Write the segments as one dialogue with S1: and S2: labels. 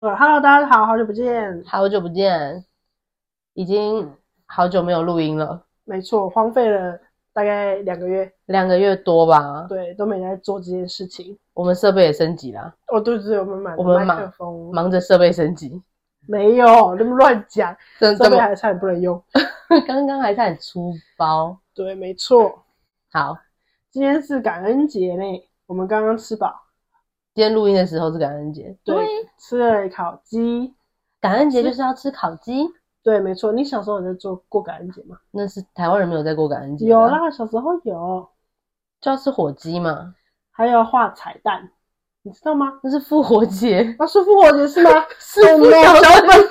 S1: 个 Hello，大家好，好久不见。
S2: 好久不见，已
S1: 嗯
S2: 经好久没有录音了，
S1: 没错，荒废了大概两个月，
S2: 两个月多吧。
S1: 对，都没在做这件事情。
S2: 我们设备也升级啦，
S1: 哦，对对对，我们买了
S2: 我们
S1: 麦
S2: 买
S1: 克风，
S2: 忙着设备升级，
S1: 没有，你们乱 讲，
S2: 真
S1: 设
S2: 这
S1: 备
S2: 么
S1: 还差点不能用。
S2: 刚刚还是很粗包。
S1: 对，没错，
S2: 好，
S1: 今天是感恩节呢，我们刚刚吃饱，
S2: 今天录音的时候是感恩节，
S1: 对，吃了烤鸡。
S2: 感恩节就是要吃烤鸡。
S1: 对，没错，你小时候有在做过感恩节吗？
S2: 那是台湾人没有在过感恩节的
S1: 有
S2: 啊，
S1: 啦，小时候有，
S2: 就要吃火鸡嘛，
S1: 还有画彩蛋，你知道吗？。
S2: 那是复活节
S1: 啊那是复活节 是吗？
S2: 是
S1: 我们
S2: 小
S1: 小
S2: 声，
S1: 本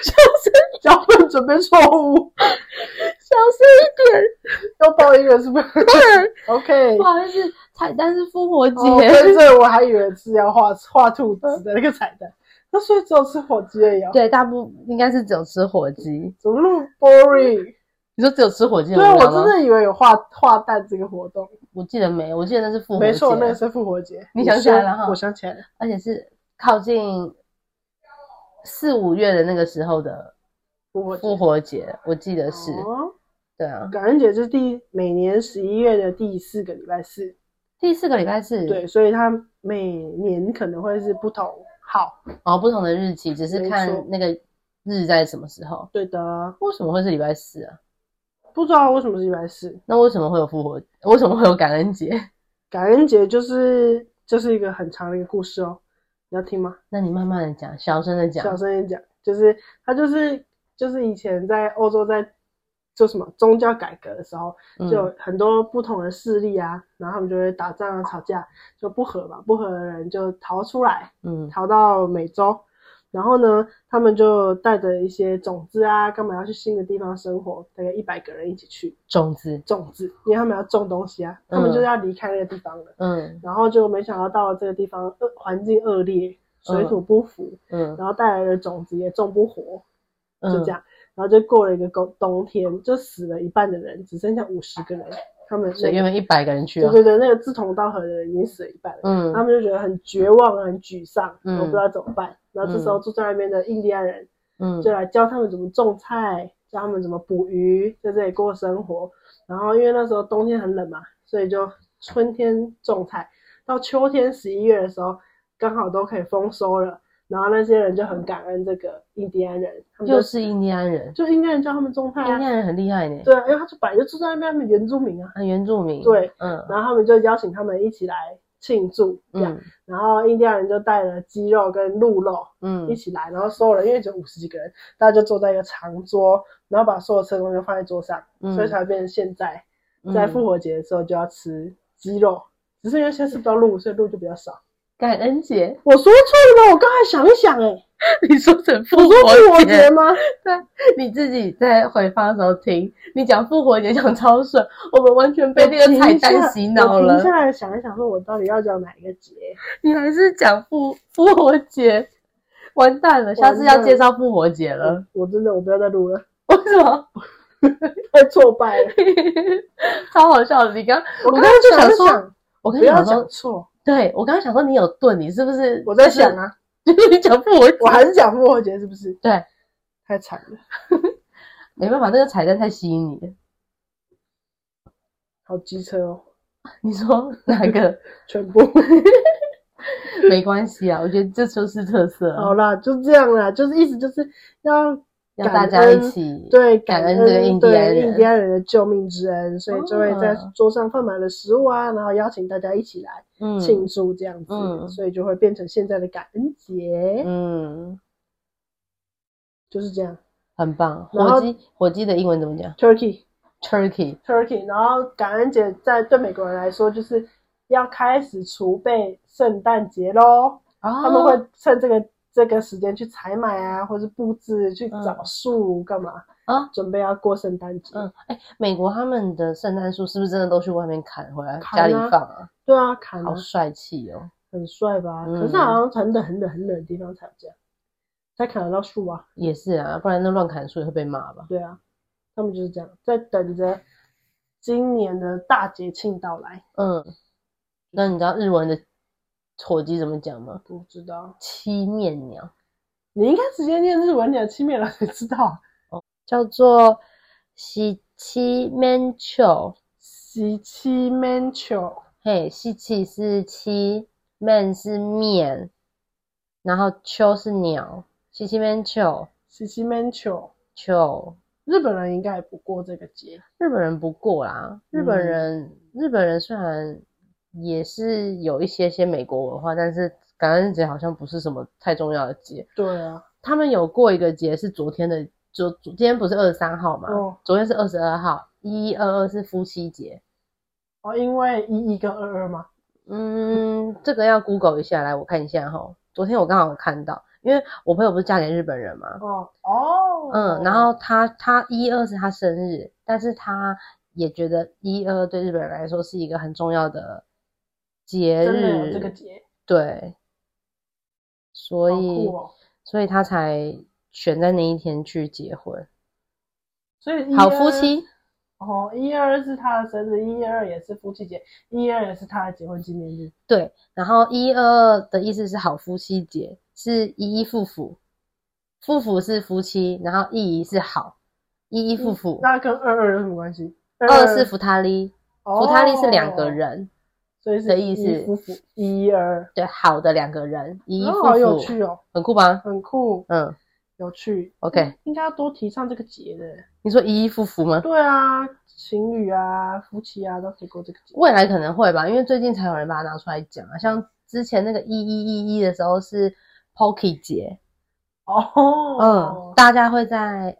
S2: 小声，
S1: 脚本准备错误，
S2: 小声
S1: 又报应了是不是
S2: 一 点。
S1: ？OK，
S2: 不好意思，彩蛋是复活节。
S1: 哦，跟着我还以为是要画画兔子的那个彩蛋，那所以只有吃火鸡而已、哦。
S2: 对，大部应该是只有吃火鸡。
S1: 怎么那么 boring？
S2: 你说只有吃火鸡
S1: 对，啊
S2: 很无
S1: 我
S2: 聊
S1: 真
S2: 吗？
S1: 的以为有画画蛋这个活动，
S2: 我记得没，我记得那是复活节，啊
S1: 没错，那个是复活节。
S2: 你想起来了
S1: 说
S2: 哈
S1: 我想起来了，
S2: 而且是靠近四五月的那个时候的
S1: 复活节
S2: 复活节，我记得是。
S1: 哦
S2: 对啊，
S1: 感恩节是第每年十一月的第四个礼拜四，
S2: 第四个礼拜是
S1: 对，所以它每年可能会是不同号。
S2: 哦，不同的日期，只是
S1: 没错
S2: 看那个日在什么时候。
S1: 对的，
S2: 为什么会是礼拜四啊？
S1: 不知道为什么是礼拜四。
S2: 那为什么会有复活？为什么会有感恩节？
S1: 感恩节就是这、是一个很长的一个故事哦，你要听吗？
S2: 那你慢慢的讲，小声的讲
S1: 小。声一点讲，就是他就是就是以前在欧洲在做什么宗教改革的时候，就
S2: 嗯
S1: 有很多不同的势力啊，然后他们就会打仗啊、吵架，就不和嘛，不和的人就逃出来，
S2: 嗯
S1: 逃到美洲，然后呢，他们就带着一些种子啊，干嘛要去新的地方生活，大概一百个人一起去
S2: 种子，
S1: 种子，因为他们要种东西啊，他们
S2: 嗯
S1: 就是要离开那个地方了。
S2: 嗯
S1: 然后就没想到到了这个地方，恶环境恶劣，水土不服，
S2: 嗯
S1: 然后带来的种子也种不活，
S2: 嗯，
S1: 就这样，然后就过了一个冬冬天，就死了一半的人，只剩下五十个人，他们
S2: 所以
S1: 那
S2: 原
S1: 个
S2: 本一百个人去
S1: 对
S2: 啊。
S1: 对对，那个志同道合的人已经死了一半了，
S2: 嗯
S1: 他们就觉得很绝望、很沮丧，
S2: 嗯
S1: 我不知道怎么办。然后这时候住在那边的印第安人
S2: 嗯
S1: 就来教他们怎么种菜，教他们怎么捕鱼，在这里过生活。然后因为那时候冬天很冷嘛，所以就春天种菜，到秋天十一月的时候，刚好都可以丰收了。然后那些人就很感恩这个印第安人，他们就
S2: 就是印第安人，
S1: 就印第安人教他们种菜
S2: 印第
S1: 啊，
S2: 安人很厉害呢。
S1: 对啊，因为他就本来就住在那边，他们原住民啊，
S2: 啊，原住民。
S1: 对，
S2: 嗯
S1: 然后他们就邀请他们一起来庆祝，这样。
S2: 嗯
S1: 然后印第安人就带了鸡肉跟鹿肉，一
S2: 嗯
S1: 起来，然后所有人因为只有五十几个人，大家就坐在一个长桌，然后把所有吃的东西都放在桌上，
S2: 嗯
S1: 所以才会变成现在在复活节的时候就要吃鸡肉，只是因为现在吃不到鹿，所以鹿就比较少。
S2: 感恩 节，
S1: 我说错了吗？我刚才想一想、欸，哎，
S2: 你说成复
S1: 我说复
S2: 活
S1: 活节
S2: 节，
S1: 吗？
S2: 你自己在回放的时候听，你讲复活节讲超顺，我们完全被那个彩蛋洗脑
S1: 我停
S2: 了。
S1: 下来想一想，说我到底要讲哪一个节？
S2: 你还是讲复复活节，完蛋了，下次要介绍复活节了。
S1: 我真的我不要再录了，
S2: 为什么？
S1: 太挫败了。
S2: 超好笑的！你刚
S1: 我
S2: 刚
S1: 刚刚就
S2: 想
S1: 想
S2: 说
S1: 想，
S2: 我刚
S1: 不要
S2: 刚想
S1: 讲
S2: 说，
S1: 错，
S2: 对我刚刚想说你有盾，你是不是？
S1: 我在想，啊，
S2: 就是 你讲复活节，
S1: 我还是讲复活节是不是？
S2: 对，
S1: 太惨了，
S2: 没办法，那个彩蛋太吸引你了。
S1: 好机车哦，
S2: 你说哪 个？
S1: 全部。
S2: 没关系啊，我觉得这就是特色啊，
S1: 好啦，就这样啦，就是意思就是要
S2: 要
S1: 感
S2: 大家一
S1: 恩
S2: 起
S1: 对
S2: 感
S1: 恩
S2: 恩这个印第
S1: 对
S2: 安人
S1: 印第安人的救命之恩，所以就会在
S2: 哦
S1: 桌上贩卖了食物啊，然后邀请大家一起来
S2: 嗯
S1: 庆祝这样子，
S2: 嗯
S1: 所以就会变成现在的感恩节，
S2: 嗯，
S1: 就是这样。
S2: 很棒。
S1: 然后
S2: 火鸡火鸡的英文怎么讲
S1: Turkey
S2: ？Turkey。
S1: Turkey，然后感恩节在对美国人来说就是要开始储备圣诞节喽。
S2: 他
S1: 他们
S2: 哦
S1: 会趁这个这个时间去采买啊，或是布置去找树干嘛
S2: 啊
S1: 准备要过圣诞节。
S2: 嗯，哎，美国他们的圣诞树是不是真的都去外面砍回来
S1: 砍啊
S2: 家里放啊？
S1: 对啊，砍啊
S2: 好帅气哦！
S1: 很帅吧？
S2: 嗯
S1: 可是好像很冷很冷很冷的地方才有这样，才砍得到树啊。
S2: 也是啊，不然那乱砍树也会被骂吧？
S1: 对啊，他们就是这样，在等着今年的大节庆到来。
S2: 嗯，那你知道日文的火鸡怎么讲吗？
S1: 不知道
S2: 七面鸟，
S1: 你应该直接念日文，你的七面老师知道。
S2: 叫做喜七 man o
S1: 喜七 man c h o
S2: 嘿，喜气是七，man 是面，然后秋是鸟，喜七 man o
S1: 喜七 man c h o
S2: 秋。
S1: 日本人应该也不过这个节。
S2: 日本人不过啦，日本人、日本人虽然也是有一些些美国文化，但是感恩节好像不是什么太重要的节。
S1: 对啊，
S2: 他们有过一个节是昨天的，昨昨天不是二十三号嘛？
S1: 哦
S2: 昨天是二十二号，一一二二是夫妻节。
S1: 哦，因为一一跟二二嘛，
S2: 嗯，这个要 Google 一下，来我看一下哈。昨天我刚好有看到，因为我朋友不是嫁给日本人嘛，
S1: 哦哦，
S2: 嗯，然后他他一二是他生日，但是他也觉得一二对日本人来说是一个很重要的节
S1: 真的有
S2: 日，
S1: 这个节，
S2: 对，所
S1: 好
S2: 以、
S1: 酷哦。
S2: 所以他才选在那一天去结婚，
S1: 所以一
S2: 好夫
S1: 二
S2: 妻，
S1: 哦，一二是他的生日，一二也是夫妻节，一二也是他的结婚纪念日。
S2: 对，然后一二的意思是好夫妻节，是一一夫妇，夫妇是夫妻，然后一一是好，一一
S1: 嗯
S2: 夫妇，
S1: 那跟二二有什么关系？
S2: 二是福他利，福他利是两个，
S1: 哦
S2: 人，
S1: 所以是
S2: 的意
S1: 一
S2: 思
S1: 夫妇一二，
S2: 对，好的两个人，一一
S1: 然
S2: 夫
S1: 后
S2: 妇，
S1: 好有趣哦，
S2: 很酷吧？
S1: 很酷，
S2: 嗯
S1: 有趣。
S2: ，OK，
S1: 应该要多提倡这个节的。
S2: 你说一一夫妇吗？
S1: 对啊，情侣啊、夫妻啊都可以过这个节。
S2: 未来可能会吧，因为最近才有人把它拿出来讲啊，像之前那个一一一一的时候是 Pocky 节，嗯
S1: 哦，，
S2: 大家会在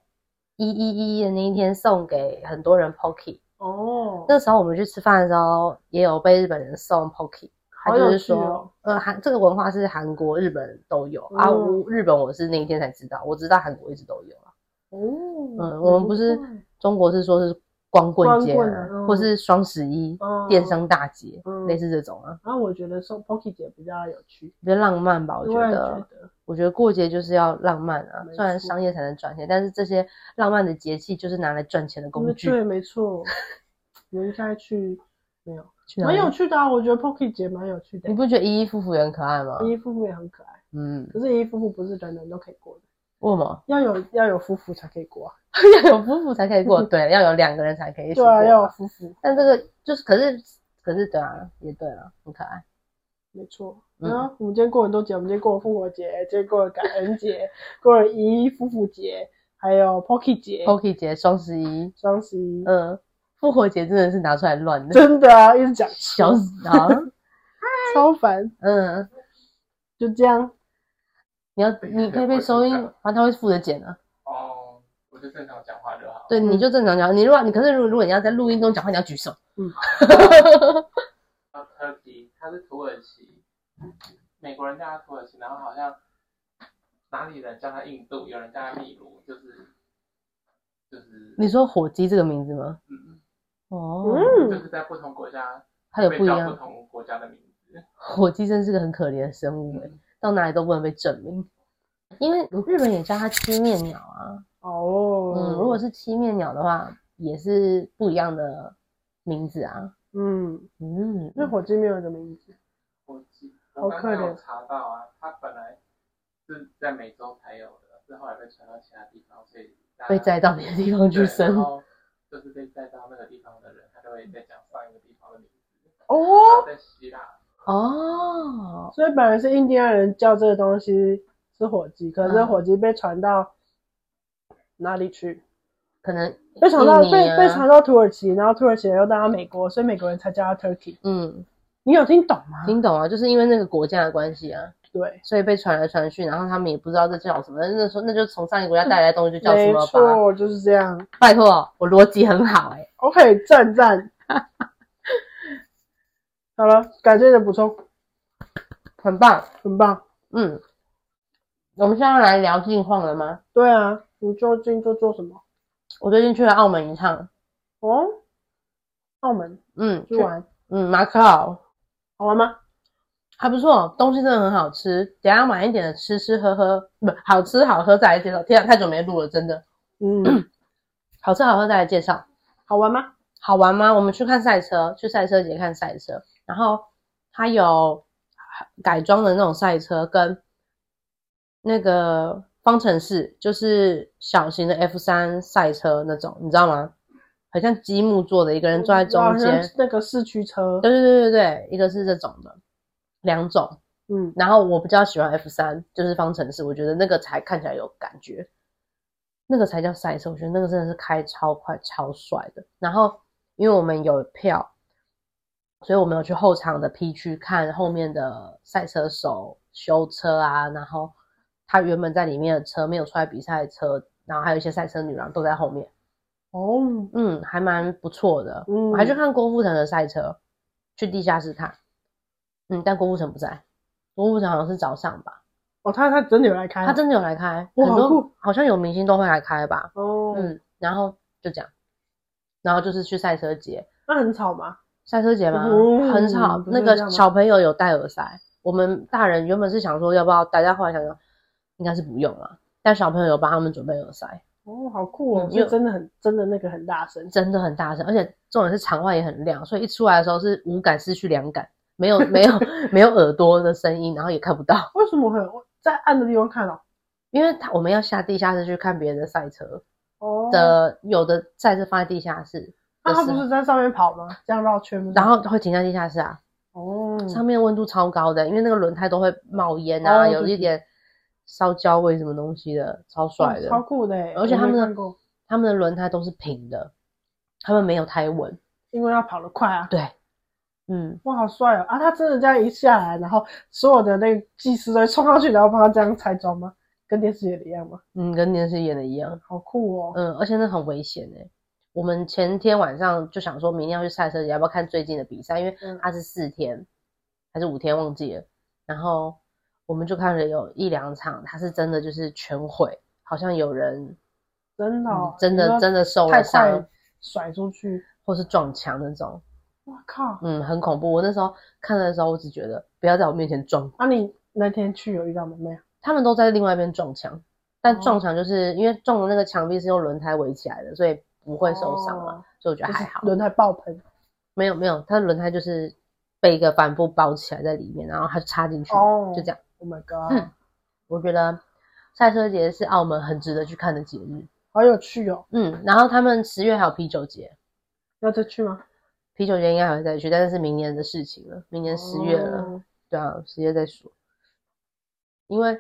S2: 一一一的那一天送给很多人 Pocky。
S1: 哦，
S2: 那时候我们去吃饭的时候，也有被日本人送 Pocky，他
S1: 好
S2: 就
S1: 有
S2: 是
S1: 趣
S2: 说，
S1: 哦。
S2: 呃，韩这个文化是韩国、日本都有、啊。
S1: 嗯
S2: 我日本我是那一天才知道，我知道韩国一直都有啊。
S1: 哦，
S2: 嗯，我们不是中国是说是光棍节啊、
S1: 光棍啊嗯
S2: 或是双十一、
S1: 嗯
S2: 电商大节，
S1: 嗯
S2: 类似这种啊，
S1: 然后我觉得送 Pocky 节比较有趣，
S2: 比较浪漫吧。我觉
S1: 因为
S2: 得，我觉得过节就是要浪漫啊
S1: 没，错
S2: 虽然商业才能赚钱，但是这些浪漫的节气就是拿来赚钱的工具。
S1: 对，没错，我应该去，没有，
S2: 去哪
S1: 蛮
S2: 里
S1: 有，趣的啊，我觉得 Pocky 节蛮有趣的
S2: 你，不觉得依依夫妇也很可爱吗？
S1: 依依夫妇也很可爱，
S2: 嗯，
S1: 可是依依夫妇不是人人都可以过的，
S2: 为什么？
S1: 要有要有夫妇才可以过啊，
S2: 要有夫妇才可 以过，对，要有两个人才可以一起
S1: 对
S2: 过
S1: 啊，要有
S2: 嘛。
S1: 夫妇，
S2: 但这个就是，可是可是对啊，也对了，很可爱。
S1: 没错。然
S2: 嗯
S1: 后我们今天过很多节，我们今天过了复活节，今天过了感恩节，过了依依夫妇节，还有 Pocky 节、
S2: Pocky 节、双十一，
S1: 双十一，
S2: 嗯，复活节真的是拿出来乱的，
S1: 真的啊，一直讲
S2: 笑死啊！
S1: 超烦，
S2: 嗯，
S1: 就这样，
S2: 你要
S3: 对
S2: 你可以被
S3: 对
S2: 收音
S3: 我知道，
S2: 然后他会负责剪啊。
S3: 哦，我就正常讲话就好。
S2: 对，
S1: 嗯
S2: 你就正常讲。你如果你可是如果如果你要在录音中讲话，你要举手。
S3: 然后 Turkey，它是土耳其，美国人叫它土耳其，然后好像哪里人叫它印度，有人叫它秘鲁，就是就是
S2: 你说火鸡这个名字吗？
S3: 嗯，
S2: 哦，
S3: 就
S1: 嗯，
S3: 是在不同国家
S2: 它有
S3: 会
S2: 不一
S3: 叫不
S2: 样。
S3: 同国家的名字。
S2: 火鸡真是个很可怜的生物、欸，
S3: 嗯
S2: 到哪里都不能被证明。因为日本也叫它七面鸟啊，
S1: 哦，
S2: 嗯，如果是七面鸟的话，也是不一样的名字啊，
S1: 嗯，
S2: 嗯，
S1: 那火鸡没有一个名字。
S3: 我记，
S1: 好
S3: 我
S1: 可
S3: 刚刚有
S1: 怜
S3: 查到啊，它本来是在美洲才有的，是后来被传到其他地方，所以大家
S2: 被载到别的地方去
S3: 对
S2: 生
S3: 然。后就是被载到那个地方的人，他就会再讲上一个地方的名字。
S1: 哦，
S3: 在希腊，
S2: 哦，
S1: 所以本来是印第安人叫这个东西是火鸡，可是
S2: 嗯
S1: 火鸡被传到哪里去？
S2: 可能
S1: 被传到
S2: 印尼
S1: 被
S2: 啊
S1: 被传到土耳其，然后土耳其人又带到美国，所以美国人才叫它 turkey。
S2: 嗯，
S1: 你有听懂吗？
S2: 听懂啊，就是因为那个国家的关系啊，
S1: 对，
S2: 所以被传来传去，然后他们也不知道这叫什么，那时候那就从上一个国家带来的东西就叫什
S1: 没
S2: 么吧。
S1: 错，就是这样。
S2: 拜托，我逻辑很好哎、
S1: OK，赞赞。好了，感谢你的补充，
S2: 很棒。
S1: 很棒。
S2: 嗯，我们现在要来聊近况了吗？
S1: 对啊，你最近都做什么？
S2: 我最近去了澳门一趟，
S1: 哦，澳门
S2: 嗯，
S1: 去
S2: 去，
S1: 玩，
S2: 嗯，马可奥
S1: 好玩吗？
S2: 还啊不错，东西真的很好吃。等一下买一点的吃吃喝喝，不好吃好喝再来介绍。天啊，太久没录了，真的，
S1: 嗯，
S2: 好吃好喝再来介绍。
S1: 好玩吗？
S2: 好玩吗？我们去看赛车，去赛车节看赛车，然后它有改装的那种赛车跟那个方程式，就是小型的 F 三赛车那种，你知道吗？很像积木做的，一个人坐在中
S1: 好像
S2: 间。
S1: 是那个四驱车，
S2: 对对对对对，一个是这种的，两种。
S1: 嗯，
S2: 然后我比较喜欢 F 三，就是方程式，我觉得那个才看起来有感觉，那个才叫赛车。我觉得那个真的是开超快、超帅的。然后因为我们有票，所以我们有去后场的 P 区看后面的赛车手修车啊，然后他原本在里面的车没有出来比赛的车，然后还有一些赛车女郎都在后面。
S1: 哦，
S2: 嗯，还蛮不错的。
S1: 嗯
S2: 我还去看郭富城的赛车，去地下室看。嗯，但郭富城不在，郭富城好像是早上吧，
S1: 哦，他他真的有来开啊，
S2: 他真的有来开，
S1: 哇
S2: 很
S1: 好
S2: 多
S1: 酷
S2: 好像有明星都会来开吧。
S1: 哦，
S2: 嗯，然后就这样，然后就是去赛车节，
S1: 那很吵吗？
S2: 赛车节嘛，
S1: 嗯
S2: 很吵。
S1: 不是
S2: 那
S1: 这样
S2: 个
S1: 吗
S2: 小朋友有戴耳塞，我们大人原本是想说要不要戴，但后来想想应该是不用了。但小朋友有帮他们准备耳塞，
S1: 哦，好酷哦
S2: 嗯，因
S1: 就
S2: 为
S1: 真的很真的那个很大声，
S2: 真的很大声，而且重点是场外也很亮，所以一出来的时候是无感失去两感，没有 没有没有耳朵的声音，然后也看不到，
S1: 为什么会有在暗的地方看哦？
S2: 因为他我们要下地下室去看别人的赛车
S1: 哦，
S2: 的，有的赛车放在地下室
S1: 那
S2: 的
S1: 他
S2: 时
S1: 不是
S2: 候，
S1: 在上面跑吗？这样绕圈吗？
S2: 然后会停在地下室啊，
S1: 哦，
S2: 上面温度超高的，因为那个轮胎都会冒烟啊，
S1: 哦
S2: 有
S1: 对
S2: 一点烧焦味什么东西的，超帅的，
S1: 哦超酷的耶，欸
S2: 而且他们
S1: 我没
S2: 的
S1: 看过
S2: 他们的轮胎都是平的，他们没有胎纹，
S1: 因为他跑得快啊，
S2: 对，嗯。
S1: 哇，好帅哦！啊，他真的这样一下来，然后所有的那个技师都会冲上去，然后帮他这样拆装吗？跟电视演的一样吗？
S2: 嗯，跟电视演的一样，
S1: 好酷哦！
S2: 嗯，而且那很危险哎、我们前天晚上就想说，明天要去赛车节，要不要看最近的比赛？因为
S1: 嗯
S2: 它是四天还是五天，忘记了。然后我们就看了有一两场，它是真的就是全毁，好像有人、
S1: 真的、哦
S2: 嗯真
S1: 你
S2: 的
S1: 说
S2: 真的受了
S1: 太
S2: 伤
S1: 快，甩出去，
S2: 或是撞墙那种，
S1: 我靠！
S2: 嗯，很恐怖。我那时候看的时候，我只觉得不要在我面前撞，
S1: 啊，你那天去有遇到吗？没有。
S2: 他们都在另外一边撞墙，但
S1: 哦
S2: 撞墙就是、因为撞的那个墙壁是用轮胎围起来的，所以不会受伤嘛，
S1: 哦
S2: 所以我觉得
S1: 就是
S2: 还好。
S1: 轮胎爆喷，
S2: 没有没有，它的轮胎就是被一个帆布包起来在里面，然后它就插进去，
S1: 哦
S2: 就这样。
S1: ，Oh my god，、
S2: 嗯我觉得赛车节是澳门很值得去看的节日。
S1: 好有趣哦！
S2: 嗯，然后他们十月还有啤酒节，
S1: 要再去吗？
S2: 啤酒节应该还会再去，但是是明年的事情了，明年十月了。
S1: 哦
S2: 对啊，十月再说。因为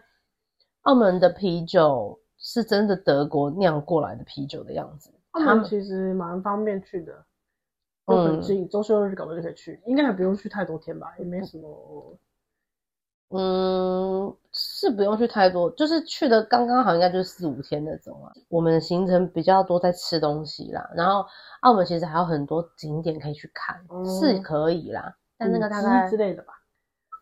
S2: 澳门的啤酒是真的德国酿过来的啤酒的样子，
S1: 他们其实蛮方便去的，都
S2: 嗯
S1: 很近，周休日搞不好就可以去，应该也不用去太多天吧，也没什么。
S2: 嗯，是不用去太多，就是去的刚刚好，应该就是四五天那种啊。我们的行程比较多在吃东西啦，然后澳门其实还有很多景点可以去看，
S1: 哦嗯
S2: 是可以啦，但那个大
S1: 古迹
S2: 概
S1: 之类的吧，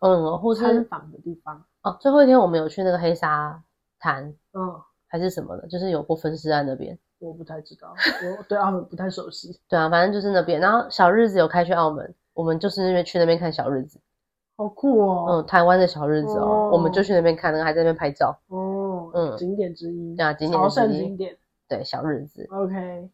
S2: 嗯，或
S1: 参
S2: 是
S1: 访的地方，
S2: 哦，最后一天我们有去那个黑沙滩
S1: 嗯，
S2: 还是什么的，就是有过分尸案那边。
S1: 我不太知道，我 对澳门不太熟悉，
S2: 对啊，反正就是那边。然后小日子有开去澳门，我们就是那边去那边看小日子，
S1: 好酷
S2: 嗯，
S1: 哦，
S2: 台湾的小日子
S1: 哦
S2: 哦，我们就去那边看，那个还在那边拍照。
S1: 哦，
S2: 嗯
S1: 景点之一，
S2: 对啊景点
S1: 朝
S2: 之
S1: 圣
S2: 一
S1: 景点
S2: 对，小日子
S1: ，OK，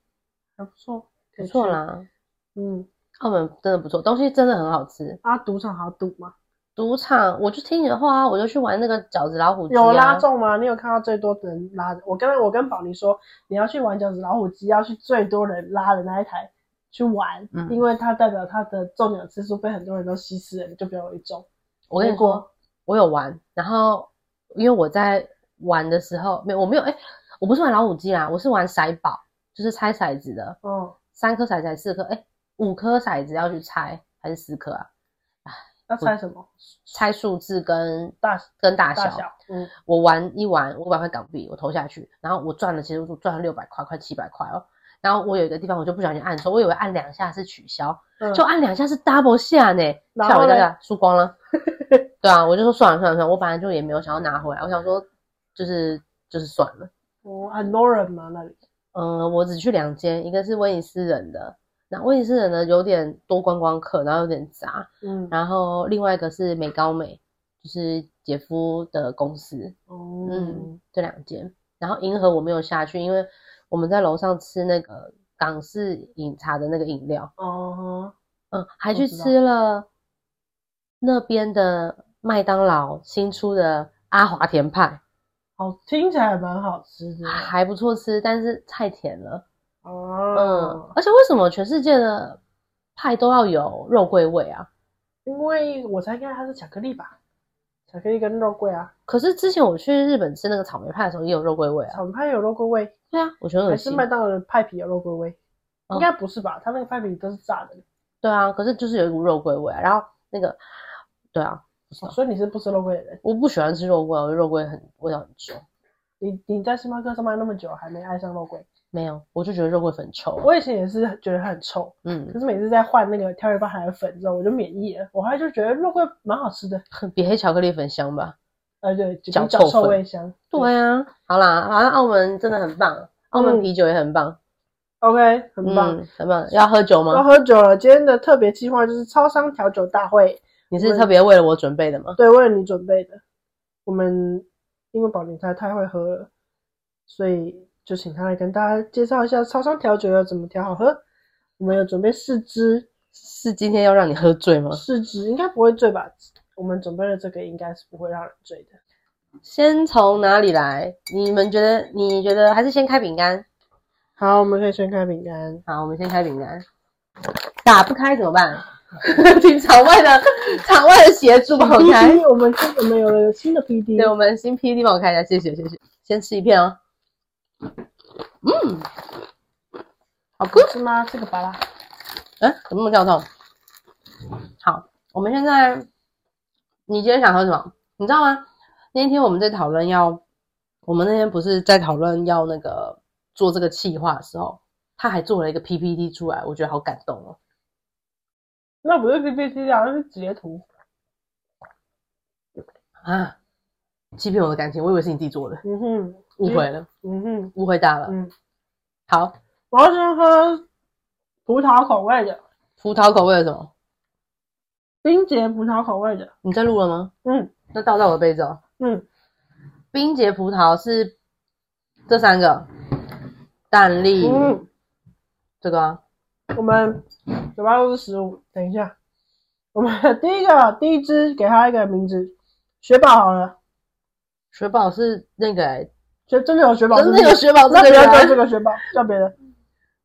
S1: 还不错，可
S2: 不
S1: 以
S2: 错
S1: 去，
S2: 啦，
S1: 嗯，
S2: 澳门真的不错，东西真的很好吃。
S1: 啊，赌场好赌吗？
S2: 赌场，我就听你的话啊，我就去玩那个饺子老虎机、啊。
S1: 有拉中吗？你有看到最多的人拉的？我跟我跟宝妮说，你要去玩饺子老虎机，要去最多人拉的那一台去玩，
S2: 嗯
S1: 因为它代表它的中奖次数被很多人都稀释了，你就比较容易中。
S2: 我跟你
S1: 没过
S2: 说，我有玩，然后因为我在玩的时候，没有，我没有，哎、我不是玩老虎机啦，我是玩骰宝，就是猜骰子的，
S1: 哦，
S2: 三颗骰子还是四颗？哎、五颗骰子要去猜还是四颗啊？
S1: 那猜什么？
S2: 猜数字跟
S1: 大
S2: 跟大小。
S1: 大小？嗯，
S2: 我玩一玩五百块港币，我投下去，然后我赚了，其实我赚了六百块，快七百块哦。然后我有一个地方我就不小心按错，我以为按两下是取消，
S1: 嗯
S2: 就按两下是 double 下呢，
S1: 然
S2: 吓我
S1: 后
S2: 一大
S1: 嘞
S2: 跳，输 光了。对啊，我就说算了算了算了，我本来就也没有想要拿回来，我想说就是就是算了。
S1: 哦，很多人嘛那里。
S2: 嗯，我只去两间，一个是威尼斯人的，那威尼斯人呢有点多观光客，然后有点杂，
S1: 嗯，
S2: 然后另外一个是美高美，就是姐夫的公司，
S1: 哦，
S2: 嗯，这两间。然后银河我没有下去，因为我们在楼上吃那个港式饮茶的那个饮料，
S1: 哦，
S2: 嗯，还
S1: 我
S2: 去
S1: 知道
S2: 吃了那边的麦当劳新出的阿华田派，
S1: 好，听起来还蛮好吃的。
S2: 还不错吃，但是太甜了。嗯
S1: 哦，，
S2: 而且为什么全世界的派都要有肉桂味啊？
S1: 因为我猜应该它是巧克力吧，巧克力跟肉桂啊，
S2: 可是之前我去日本吃那个草莓派的时候也有肉桂味啊。
S1: 草莓派有肉桂味，
S2: 对啊，我觉得很
S1: 还
S2: 恶
S1: 是
S2: 心。
S1: 麦当劳的派皮有肉桂味？
S2: 嗯
S1: 应该不是吧？它那个派皮都是炸的，
S2: 对啊，可是就是有一股肉桂味啊。然后那个，对啊，
S1: 哦所以你是不吃肉桂的人。
S2: 我不喜欢吃肉桂，我觉得肉桂很味道很重。
S1: 你你在星巴克上班那么久，还没爱上肉桂？
S2: 没有，我就觉得肉桂粉臭。
S1: 我以前也是觉得它很臭，
S2: 嗯
S1: 可，是每次在换那个调味包还有粉之后，我就免疫了。我后来就觉得肉桂蛮好吃的，
S2: 比黑巧克力粉香吧？
S1: 呃，对，就
S2: 脚
S1: 比
S2: 臭
S1: 较臭
S2: 粉
S1: 味香。
S2: 对啊，好啦，反正澳门真的很棒，澳门啤酒也很棒，
S1: ，OK，很棒。
S2: 嗯、很棒。要喝酒
S1: 都
S2: 吗？
S1: 喝酒了，今天的特别计划就是超商调酒大会，
S2: 你是特别为了我准备的吗？
S1: 对，为了你准备的。我们因为宝林他太会喝了，所以就请他来跟大家介绍一下超商调酒要怎么调好喝。我们有准备四支，
S2: 是今天要让你喝醉吗？
S1: 四支应该不会醉吧？我们准备的这个应该是不会让人醉的。
S2: 先从哪里来？你们觉得？你觉得还是先开饼干？
S1: 好，我们可以先开饼干。
S2: 好，我们先开饼干。打不开怎么 办？请场外 的场外的协助帮我 开。
S1: 嗯我们我们有了新的 PD，
S2: 对，我们新 PD 帮我开一下，谢谢谢谢。先吃一片哦。嗯，好
S1: 是
S2: 吃。
S1: 吗？这个巴拉，
S2: 哎，怎么那么跳痛？好，我们现在，你今天想喝什么？你知道吗？那一天我们在讨论要，我们那天不是在讨论要那个做这个企划的时候，他还做了一个 PPT 出来，我觉得好感动哦。
S1: 那不是 PPT 啊，那是截图。
S2: 啊，欺骗我的感情，我以为是你自己做的，
S1: 嗯哼，
S2: 误会了，
S1: 嗯哼，
S2: 误会大了。
S1: 嗯，
S2: 好，
S1: 我要先喝葡萄口味的，
S2: 葡萄口味的什么？
S1: 冰结葡萄口味的。
S2: 你在录了吗？
S1: 嗯
S2: 那倒在我的杯子哦。
S1: 嗯，
S2: 冰结葡萄是这三个，蛋力、
S1: 嗯，
S2: 这个啊
S1: 我们九八六十五，等一下，我们第一个 第一支给它一个名字，雪宝好了，
S2: 雪宝是那个欸、
S1: 雪真的有雪宝，
S2: 真的有雪宝
S1: 那
S2: 这
S1: 不
S2: 个
S1: 要
S2: 人啊
S1: 叫这个雪宝，叫别的，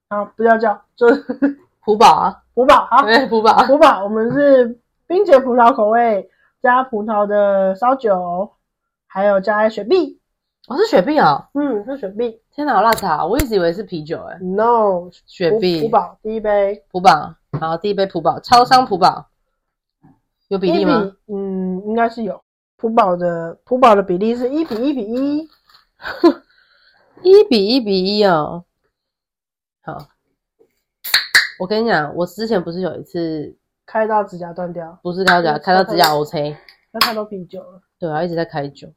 S1: 好，不要叫，就是
S2: 葡宝啊，
S1: 五宝，好，
S2: 对，葡宝。
S1: 葡宝，我们是冰姐葡萄口味加葡萄的烧酒，还有加雪碧。
S2: 哦，是雪碧哦！
S1: 嗯，是雪碧。
S2: 天哪，好辣茶！我一直以为是啤酒哎、
S1: No，
S2: 雪碧
S1: 葡、宝第一杯。
S2: 葡宝，好，第一杯葡宝，超商葡宝，有比例吗？？
S1: 嗯，应该是有。葡宝的葡宝的比例是一比一比一。
S2: 一比一比一哦。好，我跟你讲，我之前不是有一次
S1: 开到指甲断掉，
S2: 不是开到指甲，开到指甲嗯 OK，
S1: 那太多啤酒了。
S2: 对啊，一直在开酒。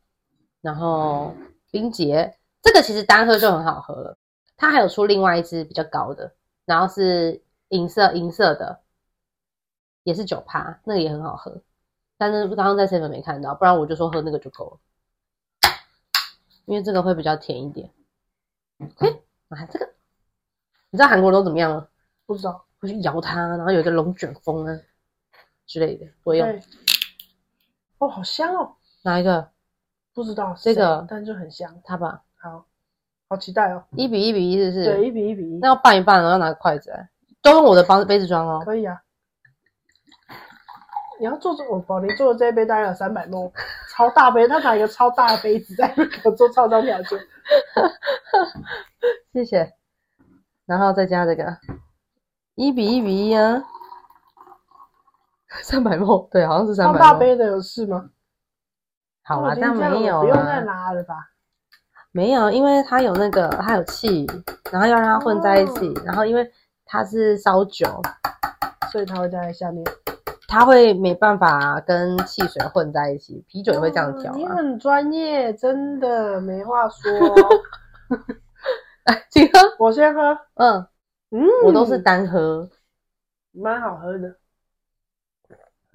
S2: 然后冰杰这个其实单喝就很好喝了，它还有出另外一支比较高的，然后是银色银色的，也是九趴，那个也很好喝。但是刚刚在 seven 没看到，不然我就说喝那个就够了，因为这个会比较甜一点。OK，啊这个，你知道韩国人都怎么样吗？
S1: 不知道。
S2: 会去摇它，然后有一个龙卷风啊之类的，我有
S1: 对。哦，好香哦！
S2: 哪一个？
S1: 不知道
S2: 这个
S1: 谁但就很香。
S2: 它吧，
S1: 好，好期待哦。
S2: 一比一比一是不是？
S1: 对，一比一比一
S2: 那。要拌一拌，然后拿筷子来，都用我的帮杯子装哦。
S1: 可以啊。你要做这，我宝林做的这一杯大概有三百沫，超大杯，他拿一个超大的杯子在那给我做超商调酒，
S2: 谢谢。然后再加这个，一比一比一啊， 三百沫，对，好像是三
S1: 超
S2: 百
S1: 大
S2: 沫。
S1: 杯的有事吗？
S2: 好啦，
S1: 都已
S2: 但
S1: 经这样了
S2: 没有啊
S1: 不用再
S2: 啦，
S1: 拿了吧？
S2: 没有，因为它有那个，它有气，然后要让它混在一起，然后因为它是烧酒，
S1: 所以他会在下面。
S2: 它会没办法跟汽水混在一起，啤酒也会这样调
S1: 哦哇你
S2: 啊。
S1: 很专业，真的没话 说。
S2: 来， 请喝，
S1: 我先喝，
S2: 嗯，
S1: 嗯，
S2: 我都是单喝，
S1: 蛮好喝的，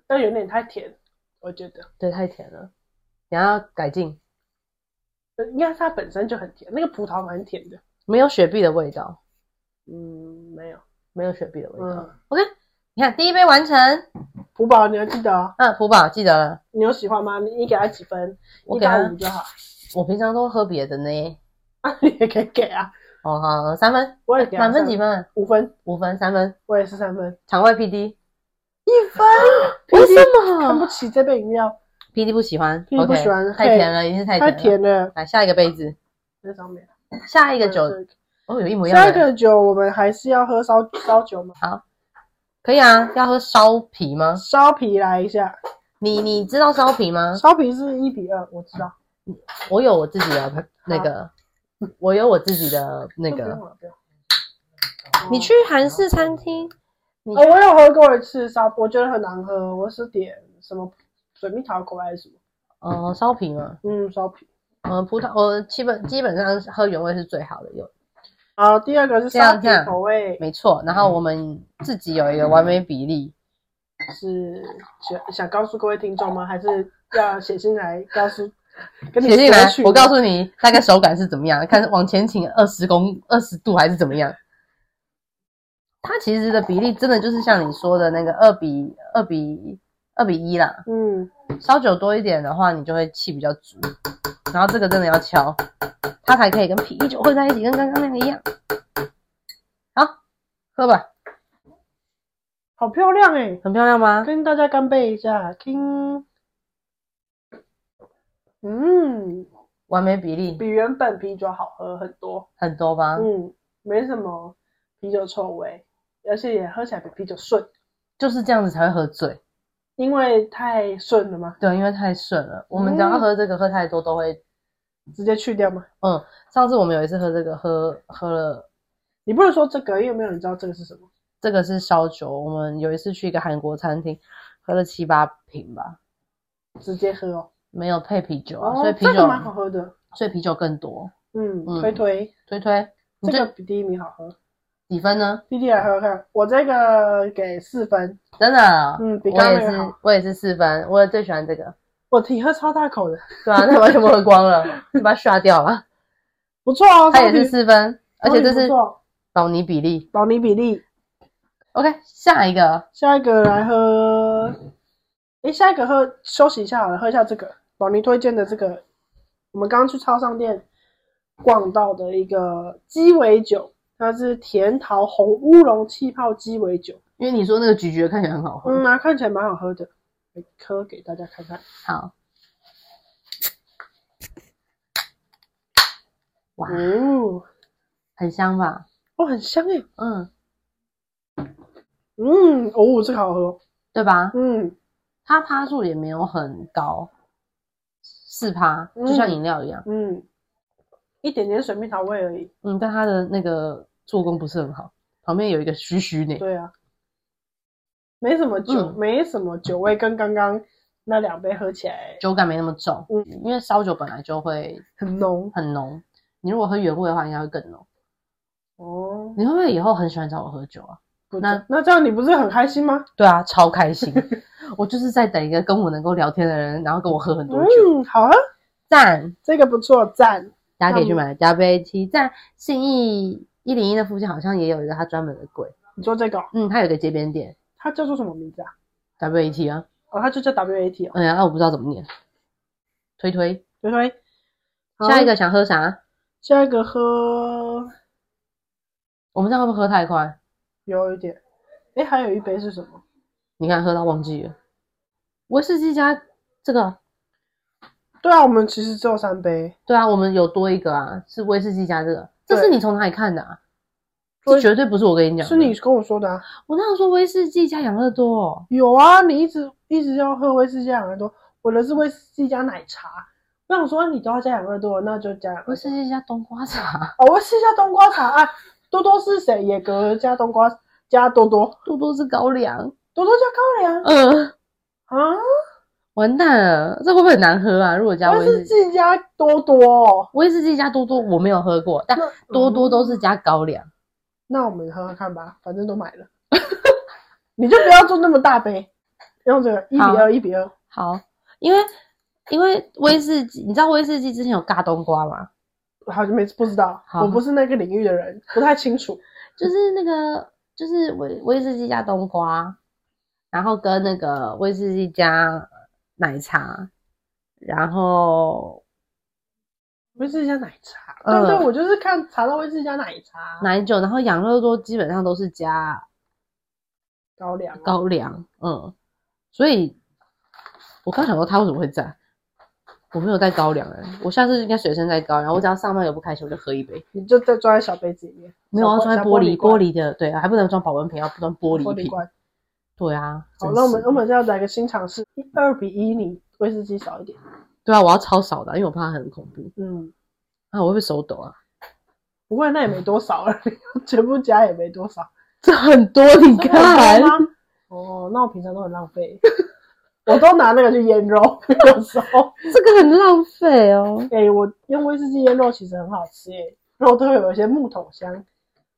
S1: 但有点太甜，我觉得。
S2: 对，太甜了，你要改进。
S1: 呃应该是它本身就很甜，那个葡萄蛮甜的。
S2: 没有雪碧的味道，
S1: 嗯，没有。
S2: 没有雪碧的味道。
S1: 嗯，
S2: OK，你看第一杯完成，啊
S1: 葡宝你要记得哦。
S2: 嗯，普宝记得了，
S1: 你有喜欢吗？你你给他几分？
S2: 我
S1: 一
S2: 给他
S1: 到五就好。
S2: 我平常都喝别的呢。
S1: 啊，你也可以给啊，
S2: 哦，好，三分，
S1: 我也给啊
S2: 满分几
S1: 三
S2: 分啊？
S1: 五分，
S2: 五分，三分。
S1: 我也是三分，
S2: 场外 PD，
S1: 一分，
S2: 为什
S1: 看 不
S2: 么
S1: 起这杯饮料，
S2: ？PD 不喜欢
S1: PD 不
S2: OK，
S1: 喜欢
S2: 太甜了，一定是太
S1: 太
S2: 甜了。
S1: 甜了，
S2: 来下一个杯子，
S1: 那上面。
S2: 下一个酒，
S1: 对
S2: 哦，有一模一样
S1: 下一
S2: 的，
S1: 个酒我们还是要喝烧烧酒吗？
S2: 可以啊。要喝烧啤吗？
S1: 烧啤来一下，
S2: 你你知道烧啤吗？
S1: 烧啤是一比二，我知道。
S2: 我有我自己的那个，我有我自己的那
S1: 不
S2: 个
S1: 用。了不用
S2: 你去韩式餐厅，你
S1: 呃，我有喝过一次烧，我觉得很难喝，我是点什么水蜜桃口味还是什么？
S2: 哦，烧啤吗？
S1: 嗯，烧啤。
S2: 嗯，葡萄，我基本基本上喝原味是最好的，有
S1: 好，第二个是
S2: 这样
S1: 烧啤
S2: 这样
S1: 口味
S2: 没错。然后我们自己有一个完美比例，
S1: 是想想告诉各位听众吗？还是要写信来告诉？跟你
S2: 写进来
S1: 索取，
S2: 我告诉你大概手感是怎么样，看往前倾二十公二十度还是怎么样。它其实的比例真的就是像你说的那个二比二比二比一啦，
S1: 嗯，
S2: 烧酒多一点的话，你就会气比较足。然后这个真的要敲，它才可以跟啤酒混在一起，跟刚刚那个一样。好，喝吧，
S1: 好漂亮哎、
S2: 很漂亮吗？
S1: 跟大家干杯一下，听。嗯，
S2: 完美比例
S1: 比原本啤酒好喝很多。
S2: 很多吧？
S1: 嗯，没什么啤酒臭味，而且也喝起来比啤酒顺，
S2: 就是这样子才会喝醉。
S1: 因为太顺了嘛，
S2: 对，因为太顺了，我们只要
S1: 嗯
S2: 喝这个喝太多都会
S1: 直接去掉嘛。
S2: 嗯，上次我们有一次喝这个，喝喝了
S1: 你不能说这个，因为没有人知道这个是什么。
S2: 这个是烧酒。我们有一次去一个韩国餐厅，喝了七八瓶吧，
S1: 直接喝哦，
S2: 没有配啤酒啊，
S1: 哦，
S2: 所以啤
S1: 这
S2: 酒、
S1: 个蛮好喝的。
S2: 所以啤酒更多。
S1: 嗯，
S2: 嗯
S1: 推推，
S2: 推推，你
S1: 这
S2: 这
S1: 个比第一名好喝。
S2: 几分呢？
S1: 弟弟来喝喝看，我这个给四分。
S2: 真的啊，
S1: 嗯，比
S2: 我
S1: 刚刚那
S2: 也
S1: 个好
S2: 是。，我也是四分，我也最喜欢这个。
S1: 我挺喝超大口的，
S2: 对啊，那完全不喝光了，你把它刷 掉了。
S1: 不错哦。
S2: 它也
S1: 烧
S2: 是
S1: 饼，
S2: 四分，而且这
S1: 烧饼
S2: 是
S1: 不错
S2: 保尼比例。
S1: 保尼比利。
S2: OK，下一个
S1: 下一个来喝，诶，下一个喝休息一下好了，喝一下这个宝妮推荐的这个，我们刚刚去超商店逛到的一个鸡尾酒，它是甜桃红乌龙气泡鸡尾酒，
S2: 因为你说那个咀嚼看起来很好喝，
S1: 嗯啊，看起来蛮好喝的，来喝给大家看看，
S2: 好，哇
S1: 哦，
S2: 很香吧？
S1: 哦，很香诶，
S2: 嗯，
S1: 嗯，哦，这个好喝哦，
S2: 对吧？
S1: 嗯，
S2: 它趴数也没有很高，四趴，
S1: 嗯
S2: 就像饮料一样。
S1: 嗯，一点点水蜜桃味而已，
S2: 嗯，但它的那个做工不是很好，旁边有一个虚虚呢。
S1: 对啊，没什么酒，
S2: 嗯
S1: 没什么酒味，跟刚刚那两杯喝起来
S2: 酒感没那么重，
S1: 嗯
S2: 因为烧酒本来就会
S1: 很浓
S2: 很浓，你如果喝原味的话，应该会更浓。
S1: 哦。
S2: 你会不会以后很喜欢找我喝酒啊？
S1: 不
S2: 那
S1: 那那这样你不是很开心吗？
S2: 对啊，超 开心！我就是在等一个跟我能够聊天的人，然后跟我喝很多酒，
S1: 嗯，好啊，
S2: 赞、
S1: 这个不错，赞。
S2: 大家可以去
S1: 嗯
S2: 买加杯七，在信义一零一的附近好像也有一个它专门的柜，
S1: 你做这个哦、
S2: 嗯，它有一个街边店
S1: 它叫做什么名字啊？
S2: W A T 啊，
S1: 哦，它就叫 WAT 哦。
S2: 哎呀，啊我不知道怎么念，推推。
S1: 对对。好
S2: 下一个，想喝啥？
S1: 下一个喝
S2: 我们这样会不会喝太快？
S1: 有一点，哎，还有一杯是什么？
S2: 你看喝到忘记了，威士忌加这个，
S1: 对啊，我们其实只有三杯，
S2: 对啊，我们有多一个啊，是威士忌加这个，这
S1: 对
S2: 是你从哪里看的啊？这
S1: 对
S2: 绝对不是我跟你讲，
S1: 是你，跟我说的啊。
S2: 我那样说威士忌加养乐多哦，
S1: 有啊，你一直一直要喝威士忌加养乐多，我的是威士忌加奶茶。我想说你都要加养乐多，那就加养乐多。
S2: 威士忌加冬瓜茶，
S1: 哦，我试一下冬瓜茶啊，多多是谁？野格加冬瓜加多多，
S2: 多多是高粱，
S1: 多多加高粱
S2: 嗯、
S1: 啊。
S2: 完蛋了，这会不会很难喝啊？如果加
S1: 但
S2: 威
S1: 是
S2: 士忌，
S1: 自家多多、哦，
S2: 威士忌加多多我没有喝过，但
S1: 那嗯
S2: 多多都是加高粱。
S1: 那我们喝喝看吧，反正都买了， 你就不要做那么大杯，用这个一比
S2: 好
S1: 二一比二，
S2: 好，因为因为威士忌，你知道威士忌之前有尬冬瓜吗？
S1: 好久没不知道，
S2: 好
S1: 我不是那个领域的人，不太清楚。
S2: 就是那个就是威威士忌加冬瓜，然后跟那个威士忌加奶茶，然后
S1: 威士忌加奶茶，
S2: 嗯
S1: 对对，我就是看查到威士忌加奶茶，
S2: 奶酒，然后养乐多基本上都是加
S1: 高粱啊，
S2: 高粱，嗯，所以我刚想说他为什么会在，我没有带高粱哎、我下次应该随身带高粱，我只要上班有不开心我就喝一杯，
S1: 你就再装在小杯子里面，
S2: 没有
S1: 小
S2: 要装在
S1: 小
S2: 玻璃玻
S1: 罐
S2: 璃的，对啊，还不能装保温瓶，要装玻
S1: 玻
S2: 璃
S1: 璃
S2: 瓶，
S1: 罐。
S2: 对啊，
S1: 好，
S2: 真
S1: 那我
S2: 是
S1: 们我们现在来个新尝试，一二比一，你威士忌少一点，
S2: 对啊，我要超少的啊，因为我怕它很恐怖
S1: 嗯，
S2: 啊，我会不会手抖啊？
S1: 不过那也没多少了， 全部加也没多少，
S2: 这很多，你
S1: 真的很
S2: 看，
S1: 多吗哦，那我平常都很浪费， 我都拿那个去腌肉，有时候，
S2: 这个很浪费哦。
S1: 哎、我用威士忌腌肉其实很好吃耶，肉都会有一些木桶香，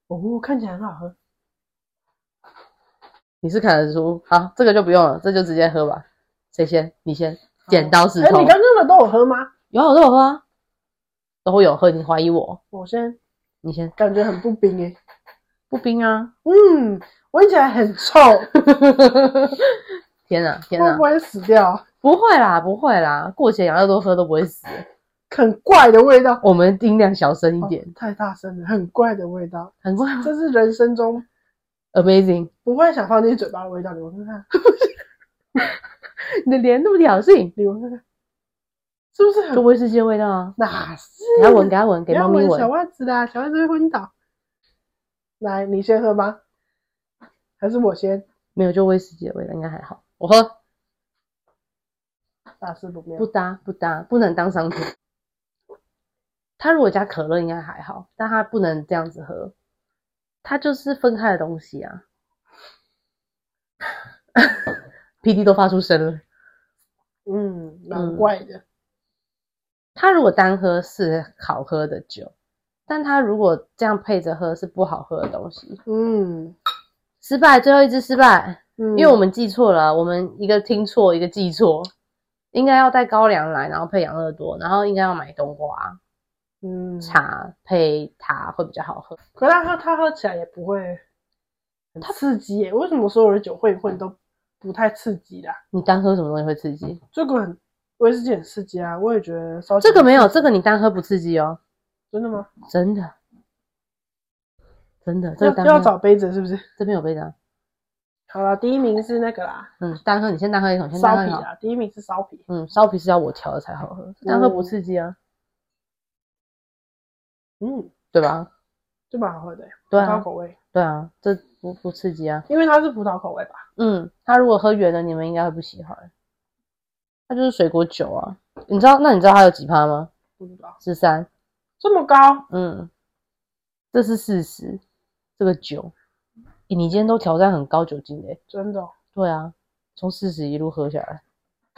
S1: 哦，看起来很好喝。
S2: 你是看得出，好，这个就不用了，这就直接喝吧。谁先？你先。剪刀石
S1: 哎、
S2: 头
S1: 你。刚刚的都有喝吗？
S2: 有啊，我都有喝啊，都有喝。你怀疑我？
S1: 我先
S2: 你先。
S1: 感觉很不冰哎、
S2: 不冰啊！
S1: 嗯，闻起来很臭，
S2: 天啊，天
S1: 会
S2: 啊
S1: 不！会死掉？
S2: 不会啦，不会啦，过节养乐多喝都不会死。
S1: 很怪的味道，
S2: 我们音量小声一
S1: 哦
S2: 点，
S1: 太大声了，很怪的味道，
S2: 很快。
S1: 这是人生中
S2: Amazing！
S1: 不会想放进嘴巴的味道。你闻闻看，
S2: 你的脸那么挑衅，
S1: 你闻闻看，是不是
S2: 就
S1: 很？
S2: 威士忌的味道啊！
S1: 哪是？
S2: 给他闻，给他闻，给
S1: 不
S2: 猫
S1: 要
S2: 咪
S1: 闻
S2: 闻
S1: 小。袜子啦，小袜子会昏倒。来，你先喝吗？还是我先？
S2: 没有，就威士忌的味道，应该还好。我喝
S1: 大事不妙
S2: 不。搭不搭，不能当商品。它如果加可乐应该还好，但它不能这样子喝，它就是分开的东西啊。P D 都发出声了。
S1: 嗯，蛮
S2: 嗯
S1: 怪的。
S2: 它如果单喝是好喝的酒，但它如果这样配着喝是不好喝的东西。
S1: 嗯，
S2: 失败，最后一支失败，
S1: 因
S2: 因为我们记错了，啊我们一个听错，一个记错，应该要带高粱来，然后配养乐多，然后应该要买冬瓜
S1: 嗯，
S2: 茶配它会比较好喝。
S1: 可是它喝它喝起来也不会很刺激耶。为什么所有的酒混一混都不太刺激啦？
S2: 你单喝什么东西会刺激？
S1: 这个很威士忌很刺激啊，我也觉得烧酒
S2: 这个没有，这个你单喝不刺激哦，
S1: 真的吗？
S2: 真的，真的，这
S1: 要
S2: 个单
S1: 要
S2: 喝
S1: 找杯子是不是？
S2: 这边有杯子啊，
S1: 好了，第一名是那个啦，
S2: 嗯，单喝你先单喝一口，先
S1: 烧啊
S2: 单
S1: 啤
S2: 喝一口，
S1: 啦，第一名是烧啤，
S2: 嗯，烧啤是要我调的才好喝，单喝不刺激啊，
S1: 嗯，
S2: 对吧？
S1: 就蛮好喝的耶，
S2: 对
S1: 葡萄
S2: 啊，
S1: 口味，
S2: 对啊，这不不刺激啊，
S1: 因为它是葡萄口味吧？
S2: 嗯，他如果喝圆了，你们应该会不喜欢，它就是水果酒啊，你知道？那你知道它有几趴吗？
S1: 不知道
S2: 十三，
S1: 这么高，
S2: 嗯，这是事实，这个酒，诶你今天都挑战很高酒精的欸、
S1: 真的哦
S2: 对啊，从四十一路喝下来。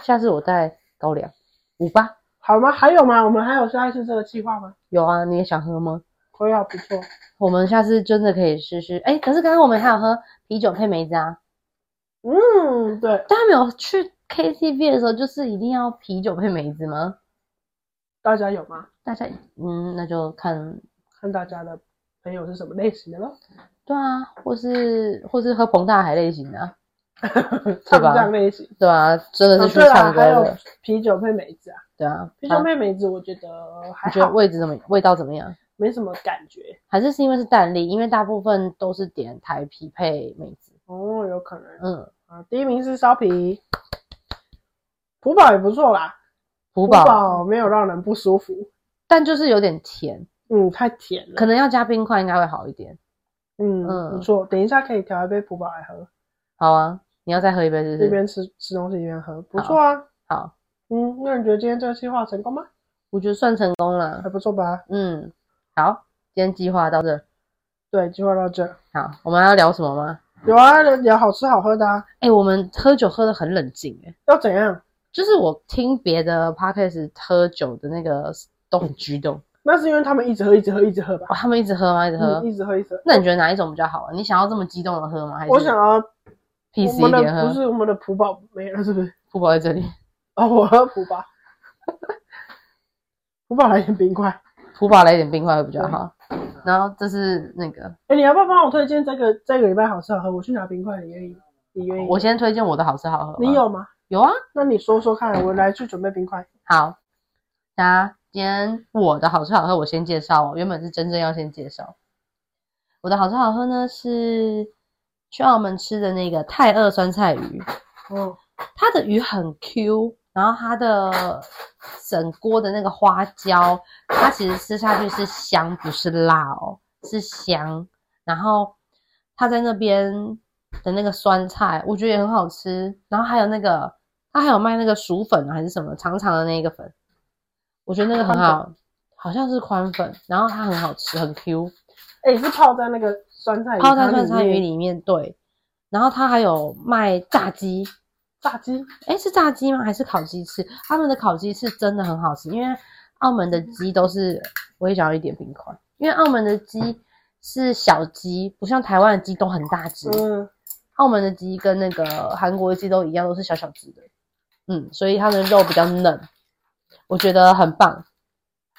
S2: 下次我带高粱，五八
S1: 好吗？还有吗？我们还有下一次这个计划吗？
S2: 有啊，你也想喝吗？
S1: 可以啊，不错，
S2: 我们下次真的可以试试。哎，可是刚刚我们还有喝啤酒配梅子啊。
S1: 嗯，对，
S2: 大家没有去 KTV 的时候，就是一定要啤酒配梅子吗？
S1: 大家有吗？
S2: 大家，嗯，那就看，
S1: 看大家的朋友是什么类型的 咯，
S2: 对啊，或是或是喝彭大海类型的啊、
S1: 唱将类型。
S2: 对啊，真的
S1: 哦
S2: 是去
S1: 对啦，
S2: 唱歌
S1: 还有
S2: 的，
S1: 啤酒配梅子啊，
S2: 对啊。
S1: 啤酒
S2: 啊
S1: 配梅子我觉得还
S2: 你觉得
S1: 好，
S2: 味子怎么味道怎么样？
S1: 没什么感觉。
S2: 还是是因为是蛋力？因为大部分都是点台啤配梅子，
S1: 哦，有可能
S2: 嗯，
S1: 啊。第一名是烧啤，普宝也不错啦，
S2: 普
S1: 普
S2: 宝，
S1: 没有让人不舒服，
S2: 但就是有点甜，
S1: 嗯，太甜了，
S2: 可能要加冰块应该会好一点。
S1: 嗯
S2: 嗯
S1: 不错。等一下可以调一杯普宝来喝，
S2: 好啊，你要再喝一杯是不
S1: 一
S2: 是？
S1: 边吃吃东西一边喝，不错啊。
S2: 好，
S1: 嗯，那你觉得今天这个计划成功吗？
S2: 我觉得算成功了
S1: 还。不错吧？
S2: 嗯，好，今天计划到这。
S1: 对，计划到这。
S2: 好，我们还要聊什么吗？
S1: 有啊，聊好吃好喝的啊，
S2: 哎、我们喝酒喝的很冷静，哎，
S1: 要怎样？
S2: 就是我听别的 podcast 喝酒的那个都很激动，
S1: 那是因为他们一直喝，一直喝，一直喝吧
S2: 哇，。哦他们一直喝吗？一直喝。
S1: 嗯，一直喝，一直喝。
S2: 那你觉得哪一种比较好玩？啊你想要这么激动的喝吗？还是
S1: 我想要
S2: peace
S1: 我们
S2: 一点
S1: 的不
S2: 喝？
S1: 是我们的普宝没了，是不是？
S2: 不宝在这里，
S1: 哦，我喝普宝，普宝来点冰块。
S2: 普宝来一点冰块会比较好。然后这是那个，
S1: 哎、你要不要帮我推荐这个这个礼拜好吃好喝？我去拿冰块，你愿意？你愿意？
S2: 我啊先推荐我的好吃好喝吧。
S1: 你有吗？
S2: 有啊？
S1: 那你说说看，我来去准备冰块。
S2: 好，大家今天我的好吃好喝，我先介绍哦。原本是真正要先介绍我的好吃好喝呢，是去澳门吃的那个泰二酸菜鱼。
S1: 哦，
S2: 它的鱼很 Q，然后它的整锅的那个花椒，它其实吃下去是香，不是辣哦，是香。然后它在那边的那个酸菜，我觉得也很好吃。然后还有那个，它还有卖那个薯粉啊还是什么长长的那个粉，我觉得那个很好，好像是宽粉，然后它很好吃，很 Q。
S1: 哎、是泡在那个酸菜鱼
S2: 泡在
S1: 汤
S2: 酸菜鱼
S1: 面
S2: 里面，对。然后它还有卖炸鸡，
S1: 炸鸡，
S2: 哎，是炸鸡吗？还是烤鸡翅？他们的烤鸡翅真的很好吃，因为澳门的鸡都是，我也想要一点冰块，因为澳门的鸡是小鸡，不像台湾的鸡都很大只，
S1: 嗯，
S2: 澳门的鸡跟那个韩国的鸡都一样，都是小小只的，嗯，所以它的肉比较嫩，我觉得很棒。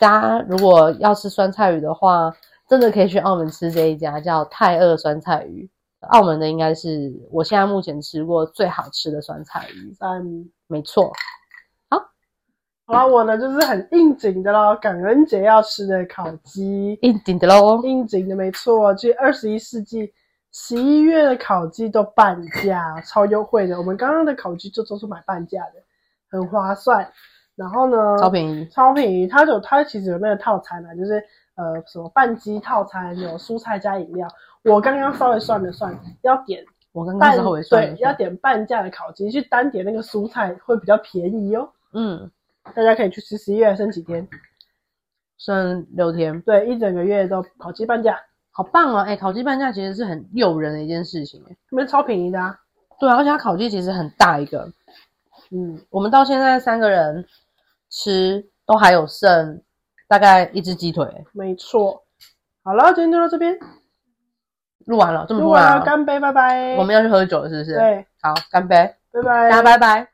S2: 大家如果要吃酸菜鱼的话，真的可以去澳门吃这一家叫泰二酸菜鱼，澳门的应该是我现在目前吃过最好吃的酸菜鱼。
S1: 赞。
S2: 没错，
S1: 然后我呢，就是很应景的咯，感恩节要吃的烤鸡，
S2: 应景的喽。
S1: 应景的没错。其实二十一世纪十一月的烤鸡都半价，超优惠的。我们刚刚的烤鸡就都是买半价的，很划算。然后呢，
S2: 超便宜，
S1: 超便宜，它有它其实有那个套餐啊，就是呃什么半鸡套餐，有蔬菜加饮料。我刚刚稍微算了算，要点
S2: 我刚刚
S1: 半
S2: 嗯稍微算
S1: 对
S2: 了，一
S1: 要
S2: 下，
S1: 点半价的烤鸡，去单点那个蔬菜会比较便宜哦。
S2: 嗯，
S1: 大家可以去吃，十一月还剩几天？
S2: 剩六天，
S1: 对，一整个月都烤鸡半价，
S2: 好棒哦！哎，烤鸡半价其实是很诱人的一件事情，哎，
S1: 那边超便宜的啊。
S2: 对啊，而且它烤鸡其实很大一个，
S1: 嗯，
S2: 我们到现在三个人吃都还有剩大概一只鸡腿，
S1: 没错。好了，今天就到这边，
S2: 录完了，这么
S1: 如
S2: 突
S1: 果
S2: 然
S1: 要
S2: 啊，
S1: 干杯，拜拜。
S2: 我们要去喝酒了是不是？
S1: 对，
S2: 好，干杯，
S1: 拜拜，
S2: 大家拜拜。